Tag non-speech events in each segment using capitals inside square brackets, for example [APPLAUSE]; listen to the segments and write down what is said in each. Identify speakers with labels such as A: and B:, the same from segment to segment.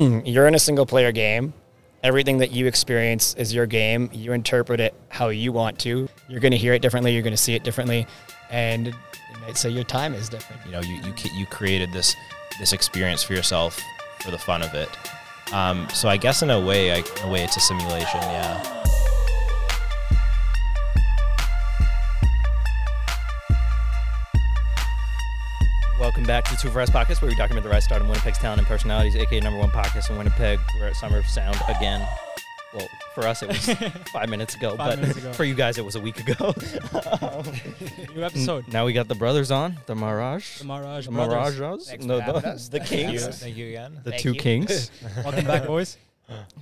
A: Hmm, you're in a single player game. Everything that you experience is your game. You interpret it how you want to. You're going to hear it differently. You're going to see it differently. And you might say your time is different.
B: You know, you you ca- you created this this experience for yourself for the fun of it. Um, so I guess in a way, I, in a way, it's a simulation. Yeah.
C: Welcome back to the Two for Us podcast, where we document the rise, start, and Winnipeg's talent and personalities, aka number one podcast in Winnipeg. We're at Summer of Sound again. Well, for us,
B: [LAUGHS]
C: it was five minutes ago,
D: Five
C: but
D: minutes ago.
C: [LAUGHS] for you guys, it was a week ago.
D: New episode.
C: now we got the brothers on, the Mirage.
D: The Mirage
C: The
D: Brothers.
C: Mirages?
B: Thanks
C: No,
B: for having
C: the,
B: us.
C: the Kings.
B: Thank
C: [LAUGHS]
B: you again. [LAUGHS]
C: The two [LAUGHS] Kings.
D: Welcome back, boys.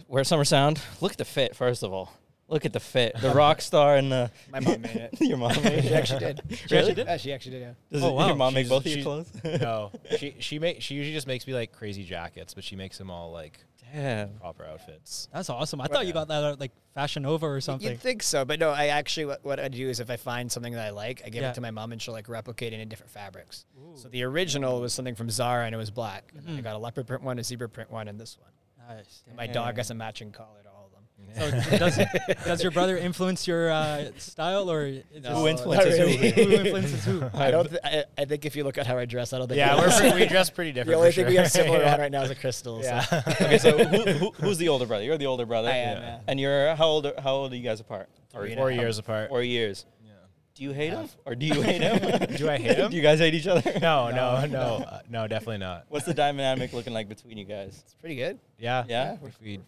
C: We're at Summer Sound. Look at the fit, first of all. Look at the fit.
B: [LAUGHS]
C: The rock star and the.
E: My mom made [LAUGHS] it.
C: [LAUGHS] Your mom.
E: She actually [LAUGHS] did. She
C: Really? Uh,
E: actually did. Yeah, she actually did. Yeah.
C: Does
B: Oh,
C: it- [LAUGHS]
B: wow.
C: your mom
B: She's-
C: make both of your
B: she-
C: [LAUGHS] clothes?
B: no, she she make she usually just makes me like crazy jackets, but she makes them all like
C: Damn.
B: proper outfits.
D: That's awesome. I thought you got that out like Fashion Nova or something.
E: You'd think so, but no. I actually what, what I do is if I find something that I like, I give
D: Yeah.
E: it to my mom and she'll like replicate it in different fabrics. So the original was something from Zara and it was black. And
A: Mm-hmm.
E: then I got a leopard print one, a zebra print one, and this one.
D: Nice.
E: And my dog has a matching collar to all of them.
D: So does, does your brother influence your uh, style or is this-
E: No,
C: Who influences
E: not
C: who?
E: really.
D: who influences who?
E: I don't. Th- I, I think if you look at how I dress, I don't think.
B: Yeah,
E: we
B: we're pretty, we dress
E: [LAUGHS]
B: pretty
E: the
B: different.
E: only
B: for
E: thing
B: sure.
E: we have [LAUGHS] similar
B: yeah. [LAUGHS]
E: on right now is a crystal. So.
B: Yeah. [LAUGHS]
C: okay, [LAUGHS] so who, who, who's the older brother? You're the older brother.
E: I am, yeah.
C: And you're how old? Are, how old are you guys apart?
B: Four,
E: Three and a
B: four
E: half.
B: years apart.
C: [LAUGHS] Four years.
B: Yeah.
C: Do you hate him or do you hate him?
B: Do I hate him?
C: [LAUGHS] do you guys hate each other?
B: [LAUGHS] No, no, no, uh, no, definitely not.
C: What's the dynamic looking like between you guys?
E: It's pretty good.
B: Yeah,
C: Yeah?
B: We, we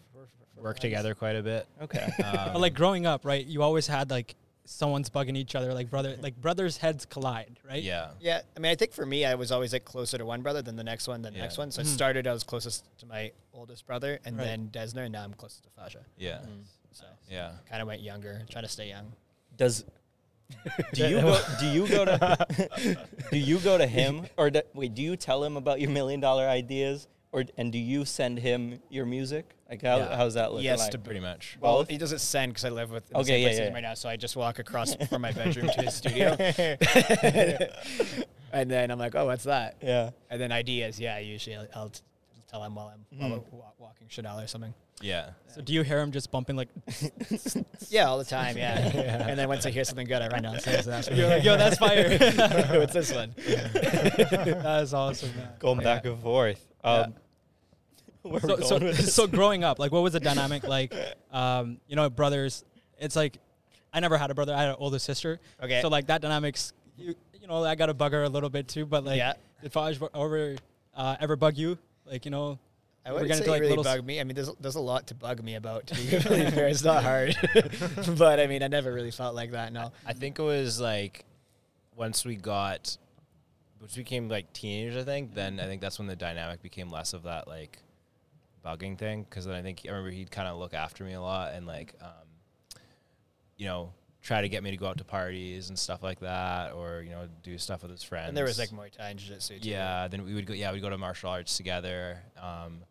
B: work together quite a bit.
C: Okay. [LAUGHS]
B: Um,
D: But like growing up, right? You always had like someone's bugging each other, like brother, like brothers' heads collide, right?
B: yeah,
E: Yeah, I mean, I think for me, I was always like closer to one brother than the next one, than the
B: Yeah.
E: next one. So I started, I was closest to my oldest brother, and
D: Right.
E: then Desner, and now I'm closest to Fasha.
B: yeah,
C: Mm.
E: So
B: yeah.
E: kind of went younger, trying to stay young.
C: Does do you go, do you go to [LAUGHS] do you go to him or do, wait do you tell him about your million dollar ideas or and do you send him your music? Like how,
B: Yeah.
C: how's that looking
E: Yes,
C: like?
E: to
B: Pretty much.
E: Well,
C: Both?
E: he doesn't send because I live with in
C: Okay,
E: the same
C: yeah,
E: place
C: yeah,
E: as him
C: yeah.
E: right now, so I just walk across from my bedroom [LAUGHS] to his studio, and then I'm like, oh, what's that?
C: yeah.
E: And then ideas, yeah, usually I'll, I'll t- tell him while I'm,
C: Mm.
E: while I'm wa- walking Chanel or something.
B: Yeah.
D: So do you hear him just bumping
C: [LAUGHS]
D: like, [LAUGHS]
E: Yeah, all the time, [LAUGHS] yeah. And then once I hear something good, I run downstairs and [LAUGHS] ask,
D: yo, like, yo
E: [LAUGHS]
D: that's fire.
E: what's this [LAUGHS] one?
D: that is awesome. Man.
C: Going back and forth. Um, [LAUGHS] where
D: so,
C: we going
D: so,
C: with this?
D: so growing up, like, what was the dynamic like? Um, you know, brothers. It's like I never had a brother. I had an older sister.
E: Okay.
D: So like that dynamics, you you know, I got to bug her a little bit too. But like,
E: Yeah.
D: did Faj over uh, ever bug you? Like you know,
E: I
D: we're
E: wouldn't
D: gonna
E: say
D: do,
E: it
D: like,
E: really
D: little s-
E: bug me. I mean, there's there's a lot to bug me about. To [LAUGHS] be really fair, it's not hard. [LAUGHS] but I mean, I never really felt like that. No,
B: I think it was like once we got, once we became like teenagers, I think, then I think that's when the dynamic became less of that like bugging thing. Cause then I think, I remember he'd kind of look after me a lot and like, um, you know, try to get me to go out to parties and stuff like that or, you know, do stuff with his friends.
E: and there was like Muay Thai and Jiu Jitsu. Too.
B: yeah, then we would go, yeah, we'd go to martial arts together. Um,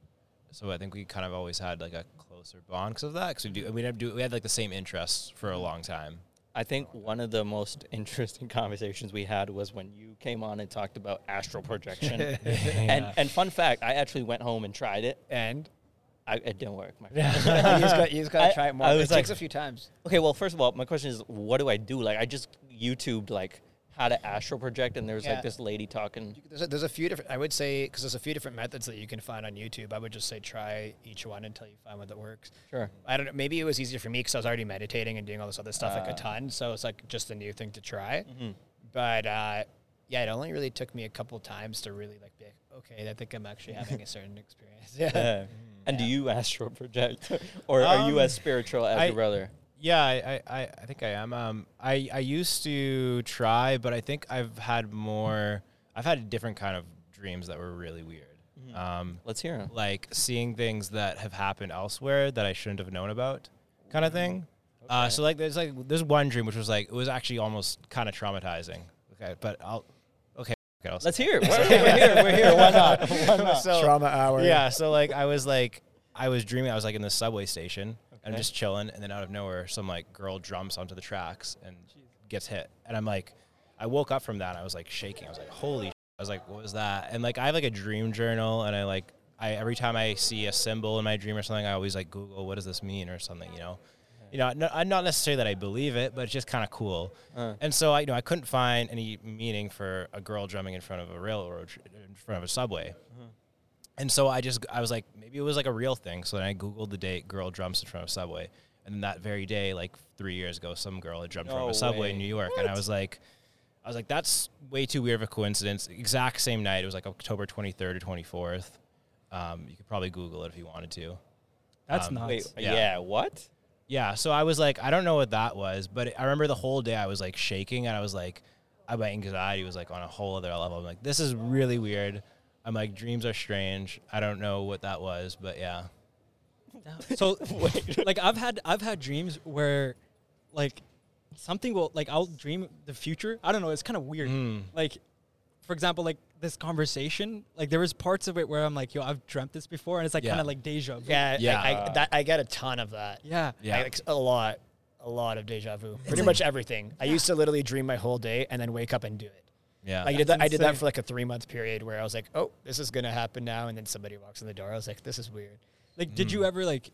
B: so I think we kind of always had like a closer bond because of that. Cause we do, we do, we had like the same interests for a long time.
C: I think one of the most [LAUGHS] interesting conversations we had was when you came on and talked about
B: [LAUGHS]
C: astral projection. and, and fun fact, I actually went home and tried it.
E: and [LAUGHS]
C: I, it didn't work. My
B: [LAUGHS]
E: you just got you just got
C: I-
E: to try it more.
C: I
E: It
C: was
E: takes
C: like-
E: a few times.
C: Okay, well, first of all, my question is, what do I do? Like, I just YouTubed like how to astral project, and there was
E: Yeah.
C: like this lady talking. [LAUGHS]
E: There's a, there's a few different. I would say because there's a few different methods that you can find on YouTube. I would just say try each one until you find one that works.
C: Sure.
E: I don't know. Maybe it was easier for me because I was already meditating and doing all this other stuff like a ton. So it's like just a new thing to try. But uh, yeah, it only really took me a couple times to really like be like, okay, I think I'm actually having a certain experience. [LAUGHS] Yeah.
C: Yeah. And do you astral project, [LAUGHS] or are you
B: Um,
C: as spiritual as
B: I-
C: your brother?
B: Yeah, I, I, I- I think I am. Um, I, I used to try, but I think I've had more. I've had a different kind of dreams that were really weird. Um,
C: Let's hear him.
B: like seeing things that have happened elsewhere that I shouldn't have known about, kind
C: Mm-hmm.
B: of thing. Uh, so like, there's like there's one dream which was like it was actually almost kind of traumatizing. Okay, but I'll. Okay, okay, I'll
C: Let's hear
B: [LAUGHS]
C: it. We're, we're here. We're here. Why not? Why not?
B: So-
E: Trauma hour.
B: Yeah, so like I was like I was dreaming I was like in the subway station. I'm just chilling and then out of nowhere some like girl jumps onto the tracks and gets hit. And I'm like I woke up from that and I was like shaking. I was like holy sh-. I was like what was that? And like I have like a dream journal and I like I every time I see a symbol in my dream or something, I always like Google what does this mean or something, you know. You know, no, I'm not necessarily that I believe it, but it's just kind of cool.
C: Uh.
B: And so I, you know, I couldn't find any meaning for a girl drumming in front of a railroad, tr- in front of a subway.
C: Uh-huh.
B: And so I just I was like maybe it was like a real thing. So then I googled the date girl drums in front of subway, and then that very day, like three years ago, some girl had drummed in front
C: No
B: of a subway
C: way.
B: in New York, and I was like, I was like that's way too weird of a coincidence. Exact same night, it was like October 23rd or 24th. Um, you could probably Google it if you wanted to.
D: That's
B: Um,
D: nuts.
C: Wait, yeah.
B: Yeah.
C: what?
B: Yeah, so I was like, I don't know what that was, but I remember the whole day I was like shaking and I was like, I, my anxiety was like on a whole other level. I'm like, this is really weird. I'm like, dreams are strange. I don't know what that was, but yeah.
D: [LAUGHS] So like I've had I've had dreams where like something will like I'll dream the future. I don't know, it's kind of weird.
B: Hmm.
D: Like for example, like this conversation, like there was parts of it where I'm like, yo, I've dreamt this before and it's like
B: Yeah.
D: kind of like deja vu.
E: Yeah,
B: Yeah.
E: yeah. I, I, that, I get a ton of that.
D: Yeah.
B: Yeah.
E: I, a lot, a lot of deja vu. Pretty much everything. I used to literally dream my whole day and then wake up and do it.
B: Yeah.
E: I did that. I did that
D: insane.
E: for like a three month period where I was like, "Oh, this is gonna happen now," and then somebody walks in the door. I was like, "This is weird."
D: Like did
B: Hmm.
D: you ever like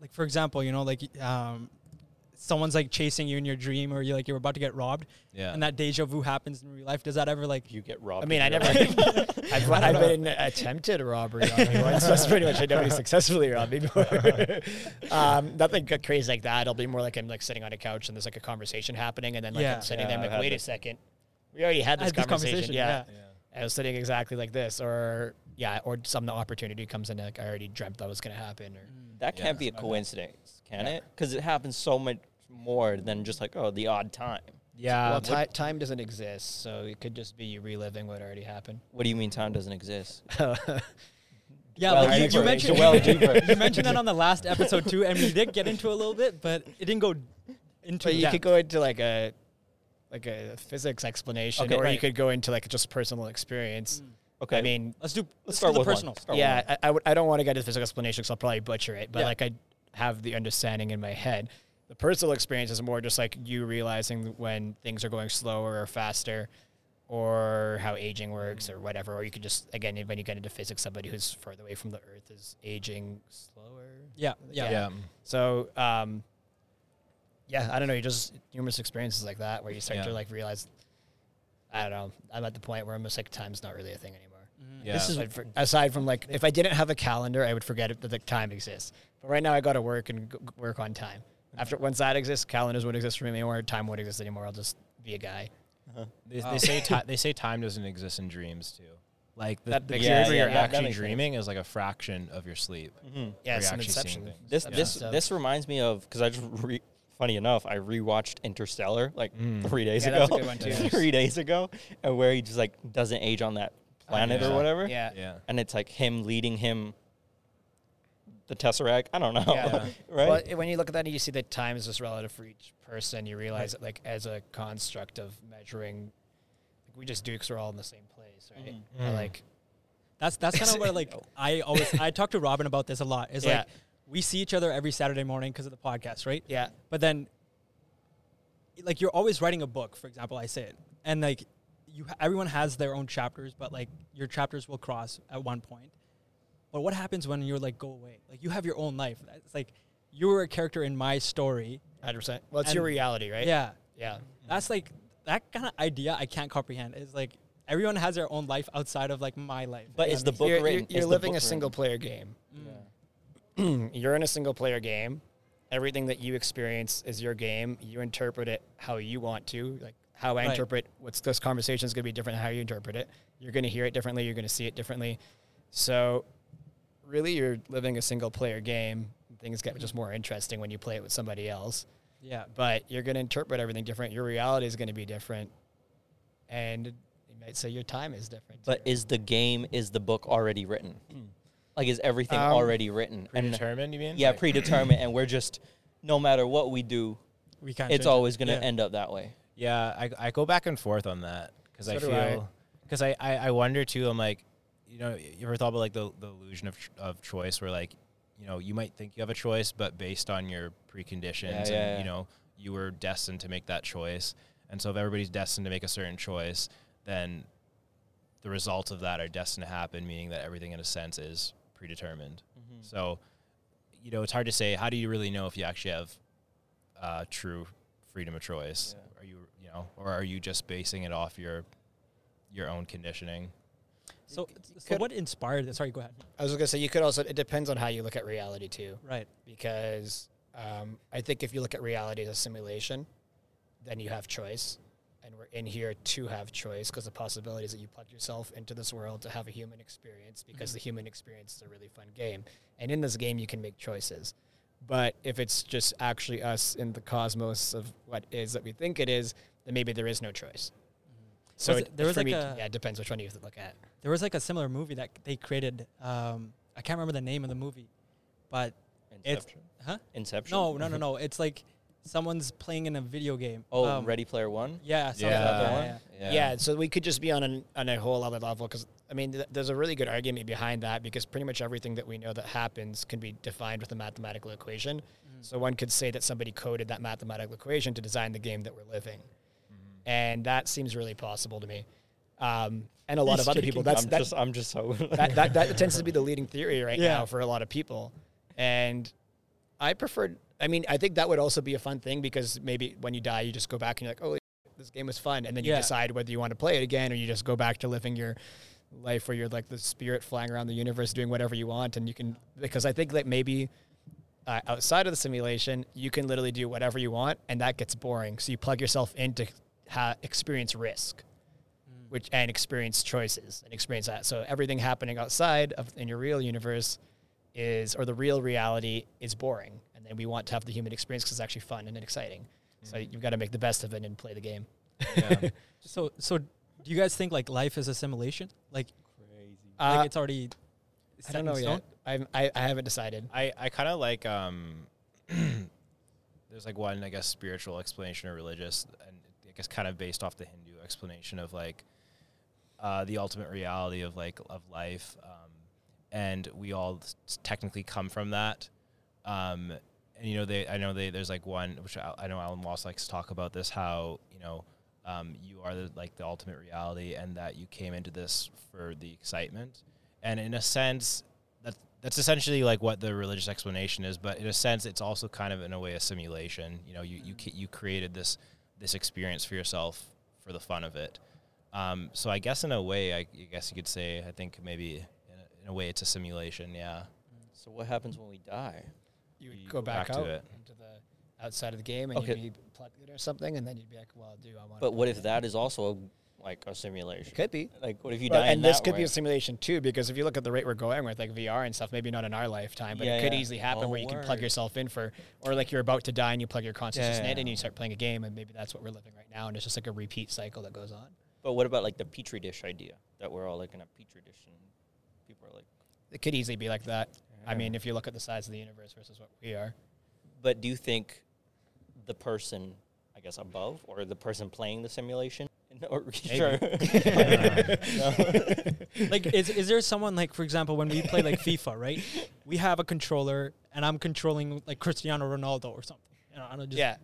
D: like for example, you know, like um someone's like chasing you in your dream or you like you're about to get robbed
B: Yeah.
D: and that deja vu happens in real life. Does that ever like
C: You get robbed.
E: I mean, I
C: in real [LAUGHS]
E: never.
C: life.
E: [LAUGHS] I've, I've been attempted robbery on me once. That's pretty much. I
C: [LAUGHS]
E: nobody successfully robbed me before. um, nothing ca- crazy like that. It'll be more like I'm like sitting on a couch and there's like a conversation happening, and then like
D: Yeah.
E: I'm sitting
C: Yeah,
E: there.
C: I've
E: I'm
C: had
E: like, wait
C: this.
E: a second. We already had this
D: had this
E: conversation.
D: conversation,
E: Yeah.
D: yeah.
E: I was sitting exactly like this, or yeah, or some opportunity comes in. Like I already dreamt that was gonna happen. Or
C: That
B: Yeah.
C: can't be a coincidence, can it? Because it happens so much more than just like oh the odd time.
B: yeah.
E: well, ti time doesn't exist, so it could just be you reliving what already
C: [LAUGHS]
E: happened.
C: What do you mean time doesn't exist?
D: Yeah,
C: Well,
D: like you, you
C: deeper.
D: mentioned
C: Well, deeper.
D: [LAUGHS] you mentioned that on the last episode too, and we did get into a little bit, but it didn't go into.
E: But you
D: depth.
E: could go into like a like a physics explanation,
C: Okay.
E: or you
C: Right. Mm.
E: could go into like just personal experience.
C: Okay.
E: I mean,
D: Let's do let's
C: start
D: do the
C: with one.
D: personal.
C: Start with
E: yeah, I I, would, I don't want to get into physical explanation because I'll probably butcher it. But
D: Yeah.
E: like I have the understanding in my head. The personal experience is more just like you realizing when things are going slower or faster, or how aging works or whatever. Or you could just again when you get into physics, somebody who's further away from the Earth is aging slower.
D: Yeah, yeah,
B: yeah.
E: So, um, yeah, I don't know. You just numerous experiences like that where you start
B: Yeah.
E: to like realize, I don't know. I'm at the point where I'm just like, time's not really a thing anymore.
B: Yeah.
E: This is like, for- aside from like, if I didn't have a calendar, I would forget it, that the time exists. But right now, I got to work and g- g- work on time. After once that exists, calendars won't exist for me anymore. Time won't exist anymore. I'll just be a guy.
B: They,
E: Oh.
B: they say
E: [LAUGHS]
B: ti- they say time doesn't exist in dreams too. Like the,
E: That
B: the
E: makes
B: period
E: sense.
B: where
E: Yeah,
B: you're
E: yeah, that
B: actually
C: makes sense.
B: dreaming is like a fraction of your sleep.
E: Yeah, it's
B: you're
E: an
B: actually seeing
E: inception.
B: things.
C: This
E: Yeah.
C: this
E: So-
C: this reminds me of because I just [LAUGHS] re, funny enough I rewatched Interstellar like three days
E: Yeah,
C: ago.
E: that's a good one, too.
C: [LAUGHS] three days ago, and where he just like doesn't age on that planet
B: yeah.
C: or whatever.
E: Yeah.
B: Yeah.
C: And it's like him leading him the tesseract. I don't
E: [LAUGHS]
C: know. [LAUGHS]
E: Yeah.
C: right.
E: Well, when you look at that and you see that time is just relative for each person, you realize that, like, as a construct of measuring, like, we just do because we're all in the same place, right? Or, like,
D: That's that's kind of where like I always I talk to Robin about this a lot. Is
E: Oh. Yeah.
D: like we see each other every Saturday morning because of the podcast, right?
E: yeah,
D: But then, like you're always writing a book. For example, I say it, and like you, everyone has their own chapters, but like your chapters will cross at one point. But what happens when you're like go away? Like you have your own life. It's like you were a character in my story.
E: hundred percent. Well, it's your
D: Mm. And-
E: reality, right? Mm.
D: Yeah,
E: yeah.
D: that's like that kind of idea I can't comprehend. Is like everyone has their own life outside of like my life.
C: But
D: If
C: is
D: that
C: the
D: makes-
C: book
E: you're,
C: written?
E: You're,
C: is
E: you're
C: the
E: living
C: book
E: a single
C: written?
E: player game. [CLEARS THROAT] you're in a single player game. Everything that you experience is your game. You interpret it how you want to. Like how I
D: Right.
E: interpret what's this conversation is going to be different than how you interpret it. You're going to hear it differently. You're going to see it differently. So, really, you're living a single player game. Things get just more interesting when you play it with somebody else.
D: yeah,
E: But you're going to interpret everything different. Your reality is going to be different, and you might say your time is different.
C: But is the game is the book already written? Like is everything
E: Um,
C: already written? And
B: Predetermined, you mean?
C: yeah,
B: Like-
C: predetermined, and we're just no matter what we do,
D: we can't.
C: it's
D: change it.
C: always going to
D: Yeah.
C: end up that way.
B: Yeah, I, I go back and forth on that because I
E: So do I.
B: feel because I, I, I wonder too. I'm like, you know, you ever thought about like the, the illusion of ch- of choice, where like, you know, you might think you have a choice, but based on your preconditions,
C: Yeah,
B: and
C: yeah, yeah.
B: you know, you were destined to make that choice. And so, if everybody's destined to make a certain choice, then the results of that are destined to happen, meaning that everything in a sense is predetermined.
C: Mm-hmm.
B: So, you know, it's hard to say. How do you really know if you actually have uh, true freedom of choice? Are you, you know, or are you just basing it off your your own conditioning?
D: So, so what inspired it? Sorry, go ahead.
E: I was just gonna say you could also. It depends on how you look at reality too,
D: Right.
E: because um, I think if you look at reality as a simulation, then you have choice, and we're in here to have choice because the possibilities that you plug yourself into this world to have a human experience because
D: Mm-hmm.
E: the human experience is a really fun game, and in this game you can make choices. But if it's just actually us in the cosmos of what is that we think it is, then maybe there is no choice. So
D: Mm-hmm. Was
E: it,
D: it- there was
E: for
D: like
E: me,
D: a-
E: yeah, it depends which one you look at.
D: There was like a similar movie that they created. Um, I can't remember the name of the movie, but it's
C: Inception.
D: huh?
C: Inception.
D: No, no, no, no. It's like someone's playing in a video game.
C: Oh,
D: Um,
C: Ready Player One.
D: Yeah. something
B: Yeah.
D: like
C: That
D: that,
C: one?
D: yeah.
E: Yeah. so we could just be on an, on a whole other level because I mean, th- there's a really good argument behind that because pretty much everything that we know that happens can be defined with a mathematical equation. So one could say that somebody coded that mathematical equation to design the game that we're living, and that seems really possible to me. Um, and a lot of other people. That's
C: I'm
E: that's
C: just I'm
E: [LAUGHS]
C: just so
E: that, that,
D: [LAUGHS]
E: that tends to be the leading theory right
D: Yeah.
E: now for a lot of people. And I preferred, I mean, I think that would also be a fun thing because maybe when you die, you just go back and you're like, oh, this game was fun. And then you
D: Yeah.
E: decide whether you want to play it again or you just go back to living your life where you're like the spirit flying around the universe doing whatever you want. And you can, because I think that maybe uh, outside of the simulation, you can literally do whatever you want, and that gets boring. So you plug yourself into ha- experience risk, which and experience choices and experience that. So everything happening outside of in your real universe is or the real reality is boring, and then we want to have the human experience because it's actually fun and exciting. So you've got to make the best of it and play the game. [LAUGHS]
D: So, so do you guys think like life is a simulation? Like,
C: crazy.
D: like
E: Uh,
D: it's already.
E: I
D: set
E: don't
D: in
E: know
D: stone?
E: yet. I'm, I I haven't decided.
B: I, I kind of like um, [CLEARS THROAT] there's like one I guess spiritual explanation or religious, and I guess kind of based off the Hindu explanation of like uh, the ultimate reality of like of life, um, and we all s- technically come from that. Um, and you know they I know they there's like one which I, I know Alan Loss likes to talk about this how you know um, you are the, like the ultimate reality and that you came into this for the excitement, and in a sense that's that's essentially like what the religious explanation is but in a sense it's also kind of in a way a simulation you know you you, ca- you created this this experience for yourself for the fun of it um, so i guess in a way I, I guess you could say i think maybe in a, in a way it's a simulation yeah [LAUGHS]
C: So what happens when we die?
E: You
B: you
E: would go
B: go
E: back,
B: back to
E: out
B: it.
E: into the outside of the game and
C: Okay.
E: you'd be plugged in or something, and then you'd be like, well, do I want?
C: But what if that is also like a simulation?
E: could be.
C: Like what if you
E: Well,
C: die? in
E: and this
C: that
E: could
C: way?
E: be a simulation too, because if you look at the rate we're going with, like VR and stuff, maybe not in our lifetime, but
C: Yeah,
E: it could
C: yeah.
E: easily happen
C: Oh,
E: where you can plug
C: word.
E: yourself in for, or like you're about to die and you plug your consciousness
C: Yeah.
E: in and you start playing a game, and maybe that's what we're living right now, and it's just like a repeat cycle that goes on.
C: But what about like the petri dish idea that we're all like in a petri dish and people are like.
E: It could easily be like that. I mean, if you look at the size of the universe versus what we are,
C: But do you think the person, I guess above, or the person playing the simulation? [LAUGHS] Or,
E: [LAUGHS]
C: sure.
D: like is, is there someone like for example when we play like FIFA right we have a controller and I'm controlling like Cristiano Ronaldo or something you know, I don't just
E: Yeah.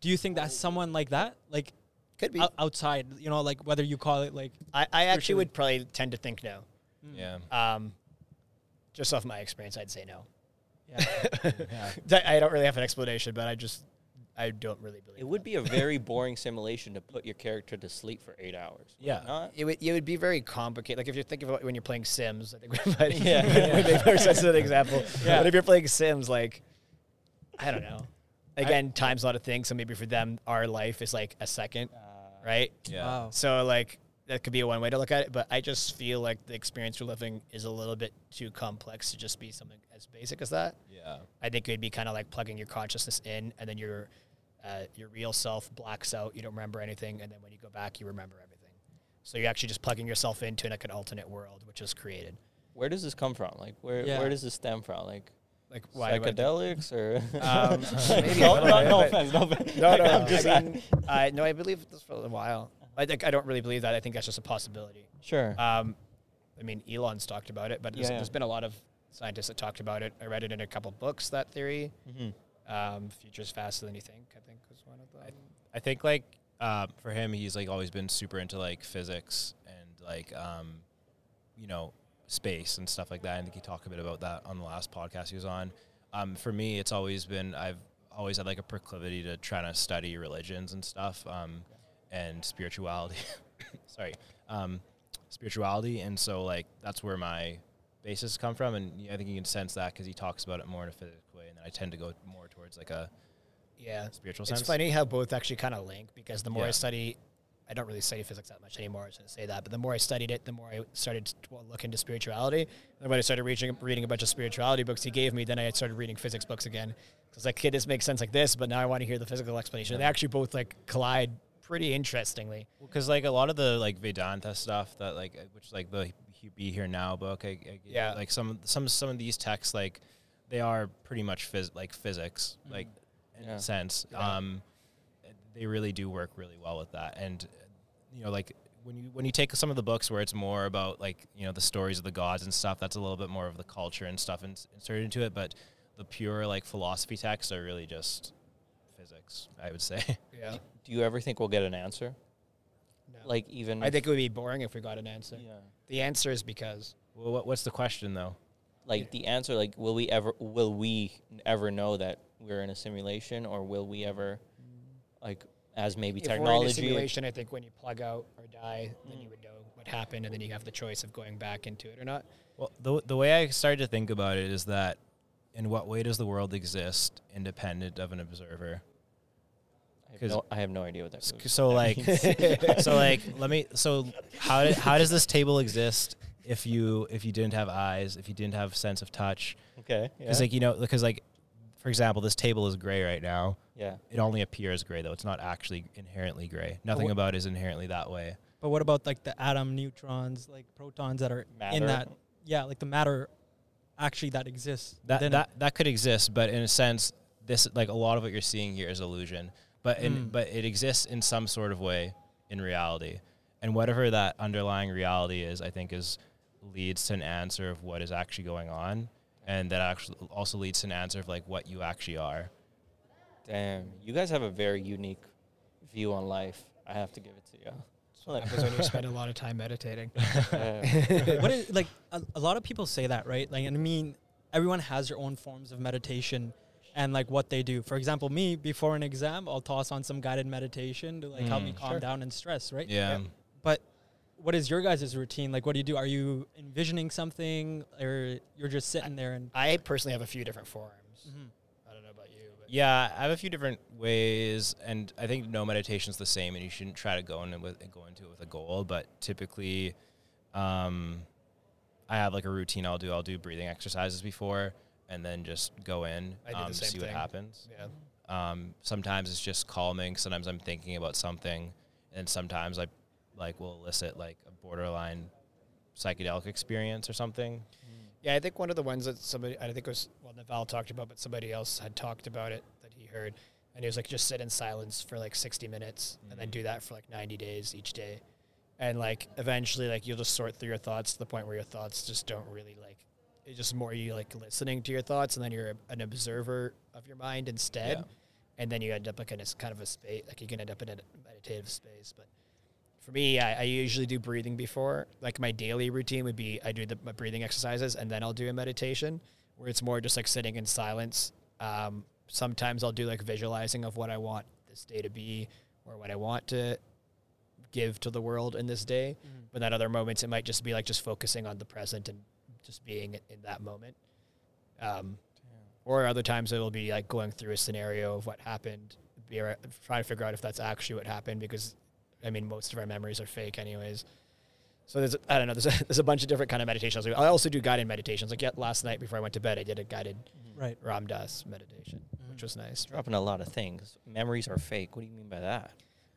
D: do you think that's someone like that like
E: could be.
D: ou- outside you know like whether you call it like
E: I, I actually
D: sure.
E: would probably tend to think no.
B: yeah
E: Um, just off my experience, I'd say no. [LAUGHS]
D: yeah
E: That- I don't really have an explanation, but I just I don't really believe
C: It would be a very boring simulation to put your character to sleep for eight hours. would it
B: Yeah.
C: not?
E: It would, it would be very complicated. Like if you're thinking about when you're playing Sims, I think we [LAUGHS] might
C: Yeah.
E: we make more sense of an example.
D: Yeah.
E: But if you're playing Sims, like I don't know. Again, time's not a thing, so maybe for them, our life is like a second, right?
B: yeah
D: wow
E: So like that could be one way to look at it. But I just feel like the experience you're living is a little bit too complex to just be something as basic as that.
B: yeah
E: I think it'd be kind of like plugging your consciousness in, and then your uh, your real self blacks out. You don't remember anything, and then when you go back, you remember everything. So you're actually just plugging yourself into like an alternate world, which is created.
C: Where does this come from? Like, where
D: Yeah.
C: where does this stem from? Like,
E: Like why? would-
C: psychedelics or? [LAUGHS]
E: Um, [LAUGHS] maybe a
C: no,
E: little
C: no,
E: bit,
C: no
E: but-
C: offense, no
E: [LAUGHS]
C: offense.
E: no, no.
C: [LAUGHS] I'm
E: no. [LAUGHS]
C: just
E: I, mean, I no, I believe this for a while. I think I don't really believe that. I think that's just a possibility.
C: Sure.
E: Um, I mean, Elon's talked about it, but there's,
C: Yeah, yeah.
E: there's been a lot of scientists that talked about it. I read it in a couple books. That theory,
C: Mm-hmm.
E: um, "Futures Faster Than You Think," I think was one of them.
B: uh, I think like um, for him, he's like always been super into like physics and like um, you know space and stuff like that. I think he talked a bit about that on the last podcast he was on. Um, for me, it's always been I've always had like a proclivity to try to study religions and stuff um, and spirituality. [COUGHS] Sorry, um, spirituality, and so like that's where my basis come from, and I think you can sense that because he talks about it more in a physical way, and then I tend to go more towards like a
E: Yeah.
B: spiritual
E: It's
B: sense.
E: funny how both actually kind of link because the more I
B: Yeah.
E: study, I don't really study physics that much anymore. I shouldn't say that, but the more I studied it, the more I started to well, look into spirituality. And when I started reading, reading a bunch of spirituality books he gave me, then I had started reading physics books again. Because like, okay, this makes sense like this, but now I want to hear the physical explanation. They actually both like collide pretty interestingly.
B: because like a lot of the like Vedanta stuff that like uh, which is like the He- Be Here Now book, I, I,
E: Yeah.
B: like some some some of these texts like they are pretty much phys- like physics like in
C: Yeah.
B: a sense. Um, they really do work really well with that, and you know like when you when you take some of the books where it's more about like you know the stories of the gods and stuff, that's a little bit more of the culture and stuff ins- inserted into it, but the pure like philosophy texts are really just physics, I would say. [LAUGHS]
E: Yeah.
C: Do you ever think we'll get an answer?
E: No.
C: Like even
E: I think it would be boring if we got an answer.
C: yeah.
E: The answer is because
B: well, what, what's the question though?
C: like the answer like will we ever will we ever know that we're in a simulation or will we ever like as maybe
E: if we're in a
C: technology
E: simulation, I think when you plug out or die, then
B: Mm.
E: you would know what happened, and then you have the choice of going back into it or not.
B: Well, the, the way I started to think about it is that in what way does the world exist independent of an observer?
C: I have,
B: 'cause-
C: no, I have no idea what that is.
B: So like, [LAUGHS] so like, let me. So how did, how does this table exist if you if you didn't have eyes, if you didn't have sense of touch?
C: okay yeah.
B: Because like you know, because like, for example, this table is gray right now.
C: yeah
B: It only appears gray though. It's not actually inherently gray. Nothing
D: what-
B: about it is inherently that way.
D: But what about like the atom, neutrons, like protons that are in
C: Matter.
D: that? Yeah, like the matter actually that exists.
B: that
D: within it.
B: that that could exist, but in a sense, this like a lot of what you're seeing here is illusion. But in
D: Mm.
B: but it exists in some sort of way in reality, and whatever that underlying reality is, I think is leads to an answer of what is actually going on, and that actually also leads to an answer of like what you actually are.
C: damn you guys have a very unique view on life i have to give it to you Like,
E: Because
C: [LAUGHS]
E: when you spend a lot of time meditating,
C: uh,
D: what is like a, a lot of people say that right like and i mean everyone has their own forms of meditation and like what they do for example me before an exam i'll toss on some guided meditation to like help me
B: Mm.
D: calm down and stress right
B: Yeah.
D: but what is your guys' routine like what do you do are you envisioning something or you're just sitting there and
E: I personally have a few different forms.
D: Mhm.
E: I don't know about you, but
B: Yeah, I have a few different ways, and I think no meditation's the same, and you shouldn't try to go in it with go into it with a goal. But typically, um, I have like a routine I'll do. I'll do breathing exercises before, and then just go in,
E: I do the
B: um,
E: same
B: see what
E: thing.
B: happens.
E: yeah,
B: Um, sometimes it's just calming. Sometimes I'm thinking about something, and sometimes I like will elicit like a borderline psychedelic experience or something.
E: yeah. I think one of the ones that somebody, I think it was well, Naval talked about, but somebody else had talked about it that he heard, and he was like, just sit in silence for like sixty minutes, and then do that for like ninety days each day, and like eventually, like you'll just sort through your thoughts to the point where your thoughts just don't really like. It's just more you like listening to your thoughts, and then you're an observer of your mind instead,
B: Yeah.
E: and then you end up like in a s- kind of a space, like you can end up in a meditative space, but. For me, I, I usually do breathing before. Like my daily routine would be I do the, my breathing exercises and then I'll do a meditation where it's more just like sitting in silence. Um, sometimes I'll do like visualizing of what I want this day to be or what I want to give to the world in this day. But at other moments, it might just be like just focusing on the present and just being in that moment. Um, or other times it'll be like going through a scenario of what happened, be ar- trying to figure out if that's actually what happened because, I mean, most of our memories are fake anyways. So there's I don't know there's a, [LAUGHS] there's a bunch of different kind of meditations. I also do guided meditations. Like yet last night before I went to bed, I did a guided
D: right
E: Ram Dass meditation, which was nice.
C: dropping a lot of things memories are fake what do you mean by that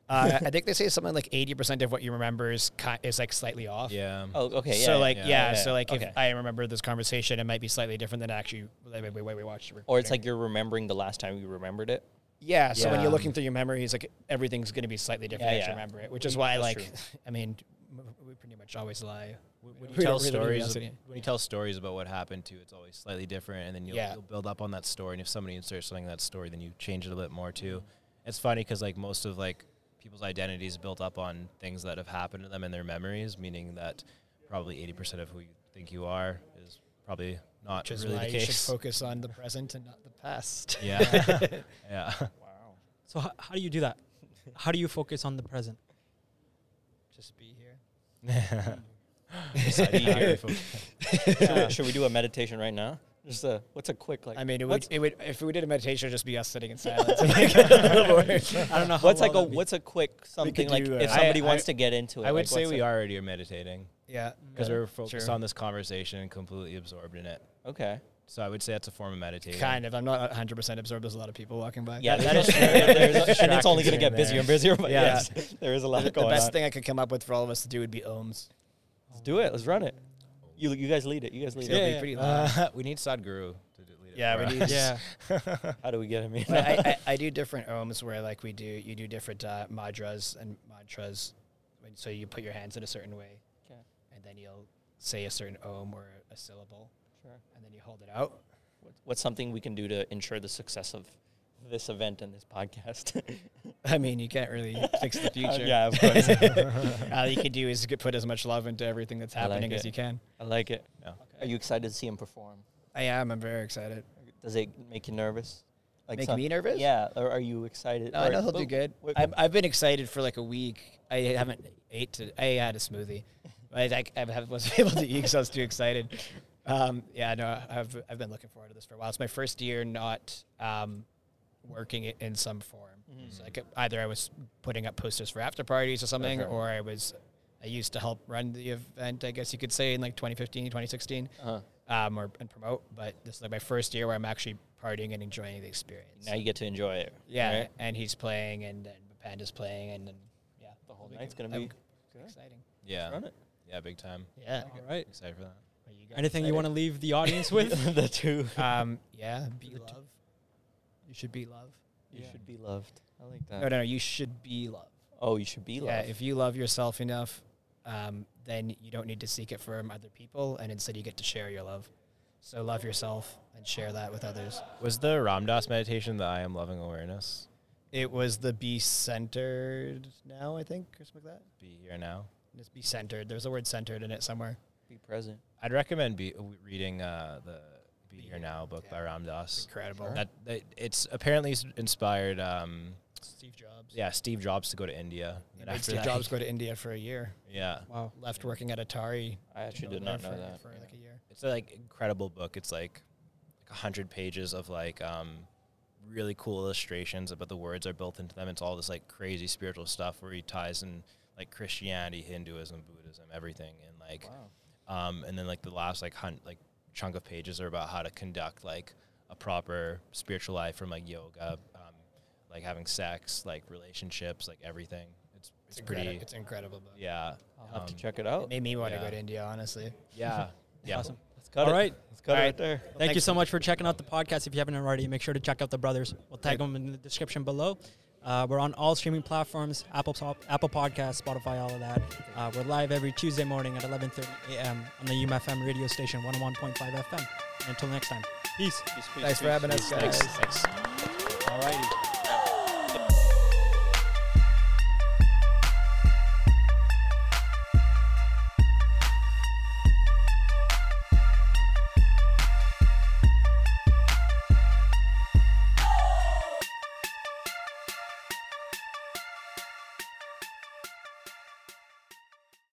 E: Uh, I think they say something like eighty percent of what you remember is ki- is like slightly off.
B: Yeah.
C: oh okay yeah
E: so like yeah,
B: yeah,
E: so like
C: Okay.
E: if I remember this conversation, it might be slightly different than actually the way- way we watched it.
C: or it's like you're remembering the last time you remembered it
E: Yeah, so when
B: Yeah.
E: you're looking through your memories, like everything's going to be slightly different
C: Yeah,
E: as you
C: yeah.
E: remember it, which is
C: We-
E: why,
C: that's
E: like,
C: true.
E: [LAUGHS] I mean, m- we pretty much always lie.
B: when you
E: [LAUGHS] We
B: tell
E: don't really need
B: stories,
E: to
B: ab-
E: answer
B: when you tell stories about what happened to, you, it's always slightly different, and then you'll,
E: Yeah.
B: you'll build up on that story. And if somebody inserts something in that story, then you change it a bit more too. It's funny because like most of like people's identities built up on things that have happened to them in their memories, meaning that probably 80% of who you think you are is probably not
E: Which is
B: really
E: why
B: the
E: you should
B: case.
E: focus on the present and not the
C: [LAUGHS]
E: past.
B: yeah. [LAUGHS] yeah.
E: [LAUGHS]
C: Wow.
D: So how, how do you do that? How do you focus on the present?
E: Just be here.
B: Deciding how you're fo-
E: [LAUGHS]
C: Should, we, should we do a meditation right now? Just a what's a quick like?
E: I mean, it would,
C: what's,
E: it would if we did a meditation, it'd just be us
C: [LAUGHS]
E: sitting in silence. [LAUGHS]
D: I don't know. How
C: what's like
D: well
C: a
D: that-
C: what's a quick something like
E: do, uh,
C: if
E: I-
C: somebody
B: I-
C: wants to get into it?
B: I would
C: like,
B: say
C: what's
B: we
C: a-
B: already are meditating
E: yeah,
B: because
D: Yeah.
B: we're focused
E: Sure.
B: on this conversation and completely absorbed in it.
C: Okay.
B: So I would say that's a form of meditating.
E: kind of. I'm not 100 percent absorbed. There's a lot of people walking by. [LAUGHS]
C: Yeah,
B: that
C: that
B: is
C: is
B: true. There's
C: and it's
B: distractions
C: only going to
B: here
C: get
B: and
C: busier
B: there.
C: and busier. But
E: Yeah.
C: yes, there is a lot
E: the, the
C: going
E: best
C: on.
E: thing I could come up with for all of us to do would be ohms.
C: Let's do it. Let's run it. You you guys lead it. You guys lead
E: It'll
D: Yeah,
E: be
D: yeah.
E: pretty loud.
C: [LAUGHS]
B: Uh, [LAUGHS] we need Sadhguru to do lead it
E: Yeah,
B: for
E: we
B: us.
E: need-
D: yeah.
C: it. How do we get him in?
E: But I, I, I do different ohms where like we do you do different uh, mudras and mantras. When- So you put your hands in a certain way,
C: [LAUGHS] Okay.
E: and then you'll say a certain ohm or a syllable,
C: Sure.
E: and then you hold it out. [LAUGHS]
C: What- What's something we can do to ensure the success of this event and this podcast? [LAUGHS]
E: I mean, you can't really fix the future.
C: yeah, of course.
E: [LAUGHS] All you can do is g- put as much love into everything that's
C: I like
E: happening as
C: it.
E: you can.
C: I like it.
B: Yeah.
C: Are you excited to see him perform?
E: I am. I'm very excited.
C: Does it make you nervous? Like
E: Make me nervous?
C: Yeah. Or are you excited?
E: No, I
C: Or-
E: know he'll do
C: but
E: good.
C: what-
E: I've, I've been excited for like a week. I haven't ate. To, I had a
C: [LAUGHS]
E: smoothie. I like I haven't- wasn't [LAUGHS] able to eat because I was too excited. Um, yeah, no, I've I've been looking forward to this for a while. It's my first year not um, working i- in some form.
C: Mm.
E: So like either I was putting up posters for after parties or something,
C: Okay.
E: or I was I used to help run the event. I guess you could say in like 2015, 2016,
C: Uh-huh.
E: um, or and promote. But this is like my first year where I'm actually partying and enjoying the experience.
C: Now you get to enjoy it.
E: Yeah,
C: right?
E: and he's playing, and then Panda's playing, and then yeah,
C: The whole
E: it'll
C: night's
E: good.
C: gonna be
E: I'm
C: good.
E: exciting.
B: [LAUGHS] Yeah.
C: Run it.
B: Yeah, big time.
E: Yeah.
D: All right.
B: Excited for that.
E: Are you guys
D: Anything you want to leave the audience with?
C: the two.
E: excited? [LAUGHS] Um. Yeah. Be love. You should be love.
C: You
D: Yeah.
C: should be loved. I like that.
E: No, no, no. You should be love.
C: Oh, you should be loved.
E: Yeah. If you love yourself enough, um, then you don't need to seek it from other people, and instead you get to share your love. So love yourself and share that with others.
B: Was the Ramdas meditation the I am loving awareness?
E: It was the be centered now, I think, or something like that.
B: Be here now.
E: Just be centered. There's a word centered in it somewhere.
C: be present.
B: I'd recommend be, reading uh, the Be
E: Be
B: Here
E: Here
B: Now book by Ramdas.
E: Incredible.
B: That, that it's apparently s- inspired. Um,
E: Steve Jobs.
B: yeah, Steve Jobs to go to India.
E: He
B: And
E: made
B: after
E: Steve
B: that-
E: Jobs go to India for a year.
B: Yeah,
D: wow.
E: left working at Atari.
C: I actually
E: you
C: did not
E: there
C: know
E: for-
C: that.
E: For like a year.
B: it's a, like incredible book. It's like like hundred pages of like um, really cool illustrations, but the words are built into them. It's all this like crazy spiritual stuff where he ties in like Christianity, Hinduism, Buddhism, everything, and like
C: Wow.
B: um, and then like the last like hunt like chunk of pages are about how to conduct like a proper spiritual life from like yoga, um, like having sex, like relationships, like everything. It's it's, pretty
E: incredi- It's incredible. Book.
B: yeah
C: I'll have to
B: um,
C: check it
E: It
C: out.
E: made me want
B: yeah.
E: to go to India, honestly.
B: yeah
C: [LAUGHS]
B: yeah
D: Awesome.
C: Let's cut
D: All
C: it.
D: right.
C: Let's cut
E: All
C: it right
E: right.
C: there.
D: Thank you
E: Thanks.
D: so much for checking out the podcast. If you haven't already, make sure to check out the brothers. We'll tag them in the description below. Uh, we're on all streaming platforms: Apple Top, Apple Podcasts, Spotify, all of that. Uh, we're live every Tuesday morning at 11:30 a.m. on the UMFM radio station 101.5 FM. And until next time, peace.
E: Thanks for having us, guys.
B: thanks thanks.
C: All righty.